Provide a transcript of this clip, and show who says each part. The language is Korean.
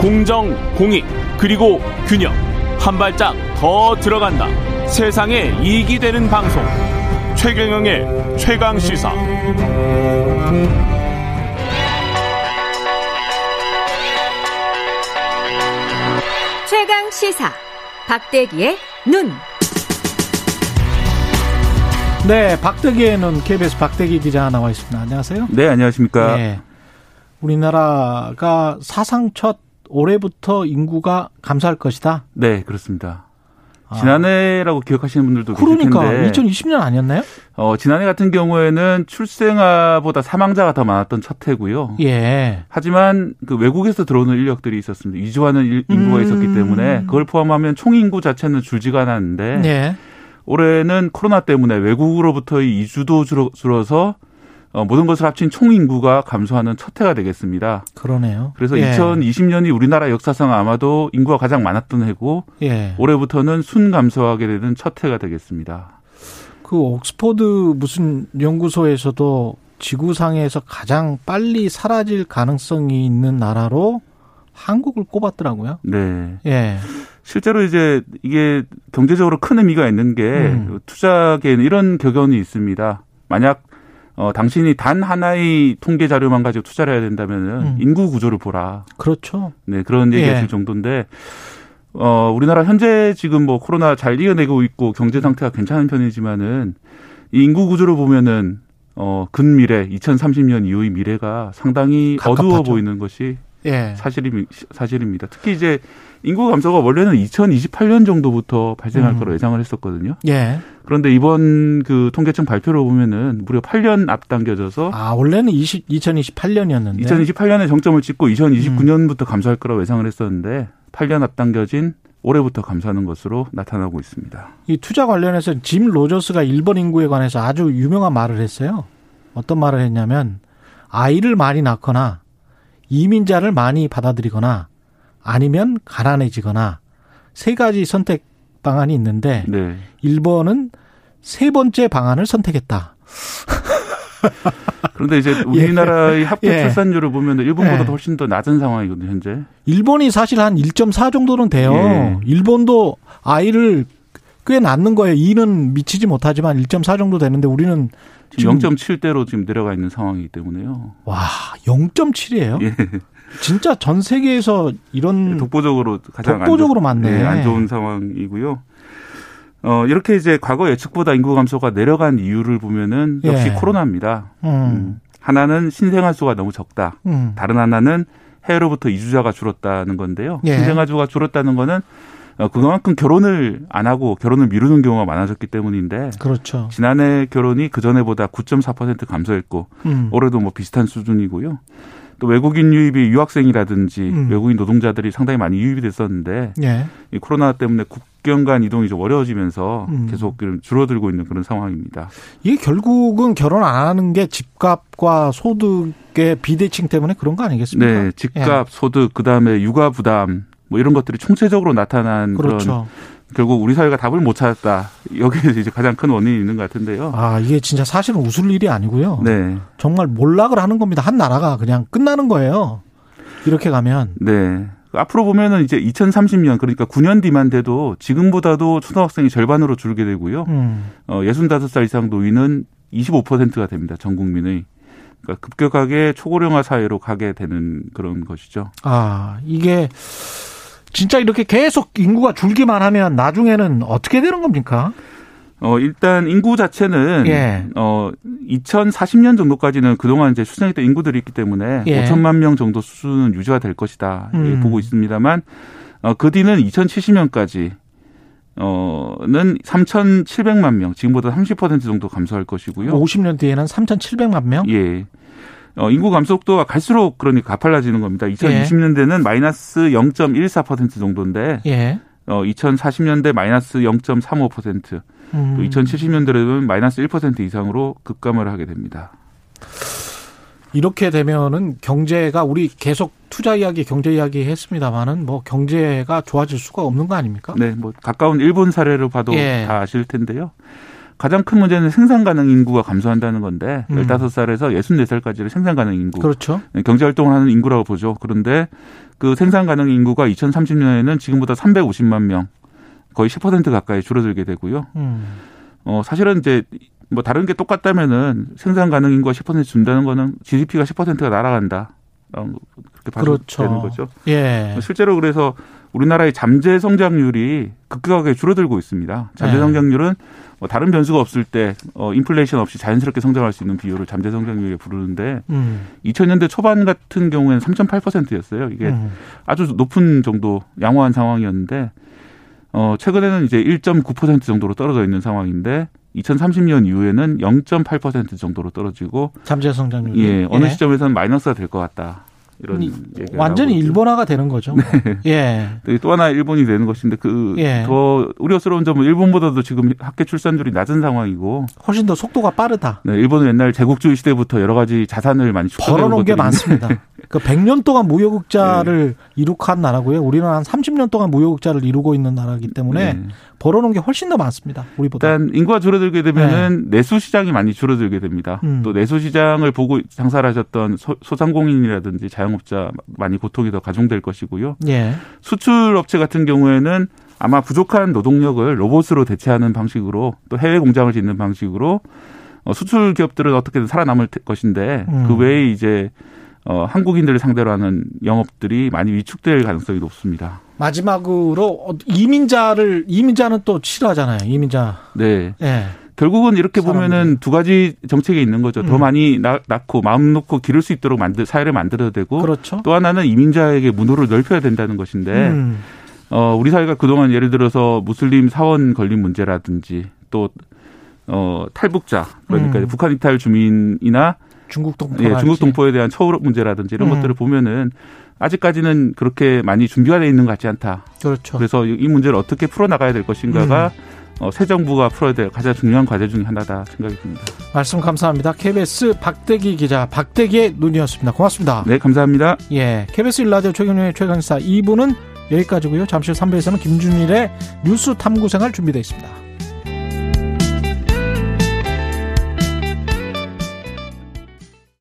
Speaker 1: 공정, 공익, 그리고 균형. 한 발짝 더 들어간다. 세상에 이익이 되는 방송. 최경영의 최강 시사.
Speaker 2: 최강 시사 박대기의 눈.
Speaker 3: 네, 박대기에는 KBS 박대기 기자 나와 있습니다. 안녕하세요.
Speaker 4: 네, 안녕하십니까.
Speaker 3: 네. 우리나라가 사상 첫 올해부터 인구가 감소할 것이다.
Speaker 4: 네, 그렇습니다. 지난해라고 기억하시는 분들도
Speaker 3: 아. 그러니까
Speaker 4: 계실 텐데
Speaker 3: 2020년 아니었나요?
Speaker 4: 어, 지난해 같은 경우에는 출생아보다 사망자가 더 많았던 첫 해고요.
Speaker 3: 예.
Speaker 4: 하지만 그 외국에서 들어오는 인력들이 있었습니다. 이주하는 일- 인구가
Speaker 3: 음.
Speaker 4: 있었기 때문에 그걸 포함하면 총 인구 자체는 줄지가 않았는데
Speaker 3: 예.
Speaker 4: 올해는 코로나 때문에 외국으로부터의 이주도 줄어, 줄어서 어, 모든 것을 합친 총 인구가 감소하는 첫 해가 되겠습니다.
Speaker 3: 그러네요.
Speaker 4: 그래서
Speaker 3: 예.
Speaker 4: 2020년이 우리나라 역사상 아마도 인구가 가장 많았던 해고
Speaker 3: 예.
Speaker 4: 올해부터는 순 감소하게 되는 첫 해가 되겠습니다.
Speaker 3: 그 옥스포드 무슨 연구소에서도 지구상에서 가장 빨리 사라질 가능성이 있는 나라로 한국을 꼽았더라고요.
Speaker 4: 네.
Speaker 3: 예.
Speaker 4: 실제로 이제 이게 경제적으로 큰 의미가 있는 게
Speaker 3: 음.
Speaker 4: 투자계에는 이런 격언이 있습니다. 만약 어, 당신이 단 하나의 통계 자료만 가지고 투자를 해야 된다면은
Speaker 3: 음.
Speaker 4: 인구 구조를 보라.
Speaker 3: 그렇죠.
Speaker 4: 네, 그런 얘기
Speaker 3: 예.
Speaker 4: 하실 정도인데 어, 우리나라 현재 지금 뭐 코로나 잘 이겨내고 있고 경제 상태가 괜찮은 편이지만은 이 인구 구조를 보면은 어, 근미래 2030년 이후의 미래가 상당히 어두워
Speaker 3: 가깝하죠.
Speaker 4: 보이는 것이
Speaker 3: 예.
Speaker 4: 사실이, 사실입니다. 특히 이제 인구 감소가 원래는 2028년 정도부터 발생할
Speaker 3: 음.
Speaker 4: 거로 예상을 했었거든요.
Speaker 3: 예.
Speaker 4: 그런데 이번 그 통계청 발표를 보면은 무려 8년 앞당겨져서
Speaker 3: 아, 네. 원래는 20, 2028년이었는데.
Speaker 4: 2028년에 정점을 찍고
Speaker 3: 음.
Speaker 4: 2029년부터 감소할 거라고 예상을 했었는데 8년 앞당겨진 올해부터 감소하는 것으로 나타나고 있습니다.
Speaker 3: 이 투자 관련해서 짐 로저스가 일본 인구에 관해서 아주 유명한 말을 했어요. 어떤 말을 했냐면 아이를 많이 낳거나 이민자를 많이 받아들이거나 아니면 가난해지거나 세 가지 선택 방안이 있는데
Speaker 4: 네.
Speaker 3: 일본은 세 번째 방안을 선택했다.
Speaker 4: 그런데 이제 우리나라의 합계
Speaker 3: 예.
Speaker 4: 출산율을 보면 일본보다
Speaker 3: 예.
Speaker 4: 훨씬 더 낮은 상황이거든요, 현재.
Speaker 3: 일본이 사실 한 1.4 정도는 돼요.
Speaker 4: 예.
Speaker 3: 일본도 아이를 꽤 낳는 거예요. 2는 미치지 못하지만 1.4 정도 되는데 우리는
Speaker 4: 지금
Speaker 3: 지금-
Speaker 4: 0.7대로 지금 내려가 있는 상황이기 때문에요.
Speaker 3: 와 0.7이에요.
Speaker 4: 예.
Speaker 3: 진짜 전 세계에서 이런
Speaker 4: 독보적으로 가장
Speaker 3: 음. 독보적으로
Speaker 4: 안 좋-
Speaker 3: 많네.
Speaker 4: 예, 안 좋은 상황이고요. 어, 이렇게 이제 과거 예측보다 인구 감소가 내려간 이유를 보면은 역시
Speaker 3: 예.
Speaker 4: 코로나입니다.
Speaker 3: 음,
Speaker 4: 음. 하나는 신생아 수가 너무 적다.
Speaker 3: 음,
Speaker 4: 다른 하나는 해외로부터 이주자가 줄었다는 건데요.
Speaker 3: 예.
Speaker 4: 신생아 수가 줄었다는 거는 어, 그만큼 결혼을 안 하고 결혼을 미루는 경우가 많아졌기 때문인데
Speaker 3: 그렇죠.
Speaker 4: 지난해 결혼이 그 전에보다 9.4% 감소했고
Speaker 3: 음,
Speaker 4: 올해도 뭐 비슷한 수준이고요. 또 외국인 유입이 유학생이라든지
Speaker 3: 음.
Speaker 4: 외국인 노동자들이 상당히 많이 유입이 됐었는데
Speaker 3: 예,
Speaker 4: 이 코로나 때문에 국경 간 이동이 좀 어려워지면서
Speaker 3: 음.
Speaker 4: 계속 좀 줄어들고 있는 그런 상황입니다.
Speaker 3: 이게 결국은 결혼 안 하는 게 집값과 소득의 비대칭 때문에 그런 거 아니겠습니까? 예.
Speaker 4: 네, 집값, 소득, 그다음에 육아 부담 뭐 이런 것들이 총체적으로 나타난 그런
Speaker 3: 그렇죠.
Speaker 4: 결국 우리 사회가 답을 못 찾았다. 여기에 이제 가장 큰 원인이 있는 것 같은데요.
Speaker 3: 아 이게 진짜 사실은 웃을 일이 아니고요.
Speaker 4: 네.
Speaker 3: 정말 몰락을 하는 겁니다. 한 나라가 그냥 끝나는 거예요. 이렇게 가면
Speaker 4: 네. 앞으로 보면은 이제 2030년 그러니까 9년 뒤만 돼도 지금보다도 초등학생이 절반으로 줄게 되고요.
Speaker 3: 음,
Speaker 4: 어, 65살 이상 노인은 25%가 됩니다. 전 국민의. 그러니까 급격하게 초고령화 사회로 가게 되는 그런 것이죠.
Speaker 3: 아 이게 진짜 이렇게 계속 인구가 줄기만 하면 나중에는 어떻게 되는 겁니까?
Speaker 4: 어, 일단 인구 자체는
Speaker 3: 예.
Speaker 4: 어, 2040년 정도까지는 그동안 이제 출생했던 인구들이 있기 때문에
Speaker 3: 예.
Speaker 4: 5천만 명 정도 수준은 유지가 될 것이다. 이렇게
Speaker 3: 음.
Speaker 4: 보고 있습니다만 어, 그 뒤는 2070년까지 어는 3,700만 명, 지금보다 30% 정도 감소할 것이고요.
Speaker 3: 50년 뒤에는 3,700만 명.
Speaker 4: 예. 어, 인구 감소 속도가 갈수록 그러니 가팔라지는 겁니다. 2020년대는 마이너스 0.14% 정도인데
Speaker 3: 예.
Speaker 4: 어, 2040년대 마이너스 0.35%,
Speaker 3: 음.
Speaker 4: 또 2070년대로는 마이너스 1% 이상으로 급감을 하게 됩니다.
Speaker 3: 이렇게 되면은 경제가 우리 계속 투자 이야기, 경제 이야기 했습니다만은 뭐 경제가 좋아질 수가 없는 거 아닙니까?
Speaker 4: 네, 뭐 가까운 일본 사례를 봐도
Speaker 3: 어? 예.
Speaker 4: 다 아실 텐데요. 가장 큰 문제는 생산 가능 인구가 감소한다는 건데
Speaker 3: 음.
Speaker 4: 15살에서 64살까지를 생산 가능 인구
Speaker 3: 그렇죠.
Speaker 4: 경제 활동을 하는 인구라고 보죠. 그런데 그 생산 가능 인구가 2030년에는 지금보다 350만 명 거의 10% 가까이 줄어들게 되고요.
Speaker 3: 음.
Speaker 4: 어 사실은 이제 뭐 다른 게 똑같다면은 생산 가능 인구가 10% 준다는 거는 GDP가 10%가 날아간다. 어, 그렇게 봐도
Speaker 3: 그렇죠.
Speaker 4: 되는 거죠.
Speaker 3: 예.
Speaker 4: 실제로 그래서 우리나라의 잠재 성장률이 급격하게 줄어들고 있습니다. 잠재
Speaker 3: 네.
Speaker 4: 성장률은 뭐 다른 변수가 없을 때 어, 인플레이션 없이 자연스럽게 성장할 수 있는 비율을 잠재 성장률에 부르는데
Speaker 3: 음.
Speaker 4: 2000년대 초반 같은 경우에는 3.8%였어요. 이게
Speaker 3: 음.
Speaker 4: 아주 높은 정도 양호한 상황이었는데 어, 최근에는 이제 1.9% 정도로 떨어져 있는 상황인데 2030년 이후에는 0.8% 정도로 떨어지고
Speaker 3: 잠재 성장률.
Speaker 4: 예, 어느 시점에서는 마이너스가 될 것 같다. 이런 얘기가
Speaker 3: 완전히
Speaker 4: 나오고 있고요.
Speaker 3: 일본화가 되는 거죠. 예.
Speaker 4: 네, 또 하나 일본이 되는 것인데 그 더
Speaker 3: 예.
Speaker 4: 우려스러운 점은 일본보다도 지금 학계 출산율이 낮은 상황이고
Speaker 3: 훨씬 더 속도가 빠르다.
Speaker 4: 네, 일본은 옛날 제국주의 시대부터 여러 가지 자산을 많이
Speaker 3: 벌어놓은 게
Speaker 4: 것들이 네.
Speaker 3: 많습니다. 그 100년 동안 무역흑자를 이룩한 나라고요. 우리는 한 30년 동안 무역흑자를 이루고 있는 나라이기 때문에
Speaker 4: 네.
Speaker 3: 벌어놓은 게 훨씬 더 많습니다. 우리보다. 네.
Speaker 4: 일단 인구가 줄어들게 되면은 내수 시장이 많이 줄어들게 됩니다.
Speaker 3: 음.
Speaker 4: 또 내수 시장을 보고 장사를 하셨던 소, 소상공인이라든지 자영업자 많이 고통이 더 가중될 것이고요.
Speaker 3: 예.
Speaker 4: 수출 업체 같은 경우에는 아마 부족한 노동력을 로봇으로 대체하는 방식으로 또 해외 공장을 짓는 방식으로 어, 수출 기업들은 어떻게든 살아남을 테- 것인데
Speaker 3: 음.
Speaker 4: 그 외에 이제 어, 한국인들을 상대로 하는 영업들이 많이 위축될 가능성이 높습니다.
Speaker 3: 마지막으로 어, 이민자를 이민자는 또 싫어하잖아요. 이민자.
Speaker 4: 네.
Speaker 3: 예.
Speaker 4: 결국은 이렇게
Speaker 3: 사람들이.
Speaker 4: 보면은 두 가지 정책이 있는 거죠. 더
Speaker 3: 음.
Speaker 4: 많이 낳, 낳고 마음 놓고 기를 수 있도록 만들, 사회를 만들어야 되고
Speaker 3: 그렇죠.
Speaker 4: 또 하나는 이민자에게 문호를 넓혀야 된다는 것인데
Speaker 3: 음.
Speaker 4: 어, 우리 사회가 그동안 예를 들어서 무슬림 사원 건립 문제라든지 또 어, 탈북자 그러니까
Speaker 3: 음.
Speaker 4: 북한 이탈 주민이나
Speaker 3: 중국 동포.
Speaker 4: 예, 중국 동포에 대한 처우 문제라든지 이런
Speaker 3: 음.
Speaker 4: 것들을 보면은 아직까지는 그렇게 많이 준비가 돼 있는 것 같지 않다.
Speaker 3: 그렇죠.
Speaker 4: 그래서 이- 이 문제를 어떻게 풀어 나가야 될 것인가가
Speaker 3: 음.
Speaker 4: 어, 새 정부가 풀어야 될 가장 중요한 과제 중에 하나다 생각이 듭니다.
Speaker 3: 말씀 감사합니다. KBS 박대기 기자 박대기의 눈이었습니다. 고맙습니다.
Speaker 4: 네, 감사합니다.
Speaker 3: 예. KBS 일라디오 최경영의 최강시사 2부는 여기까지고요. 잠시 후 3부에서는 김준일의 뉴스 탐구생활 준비되어 있습니다.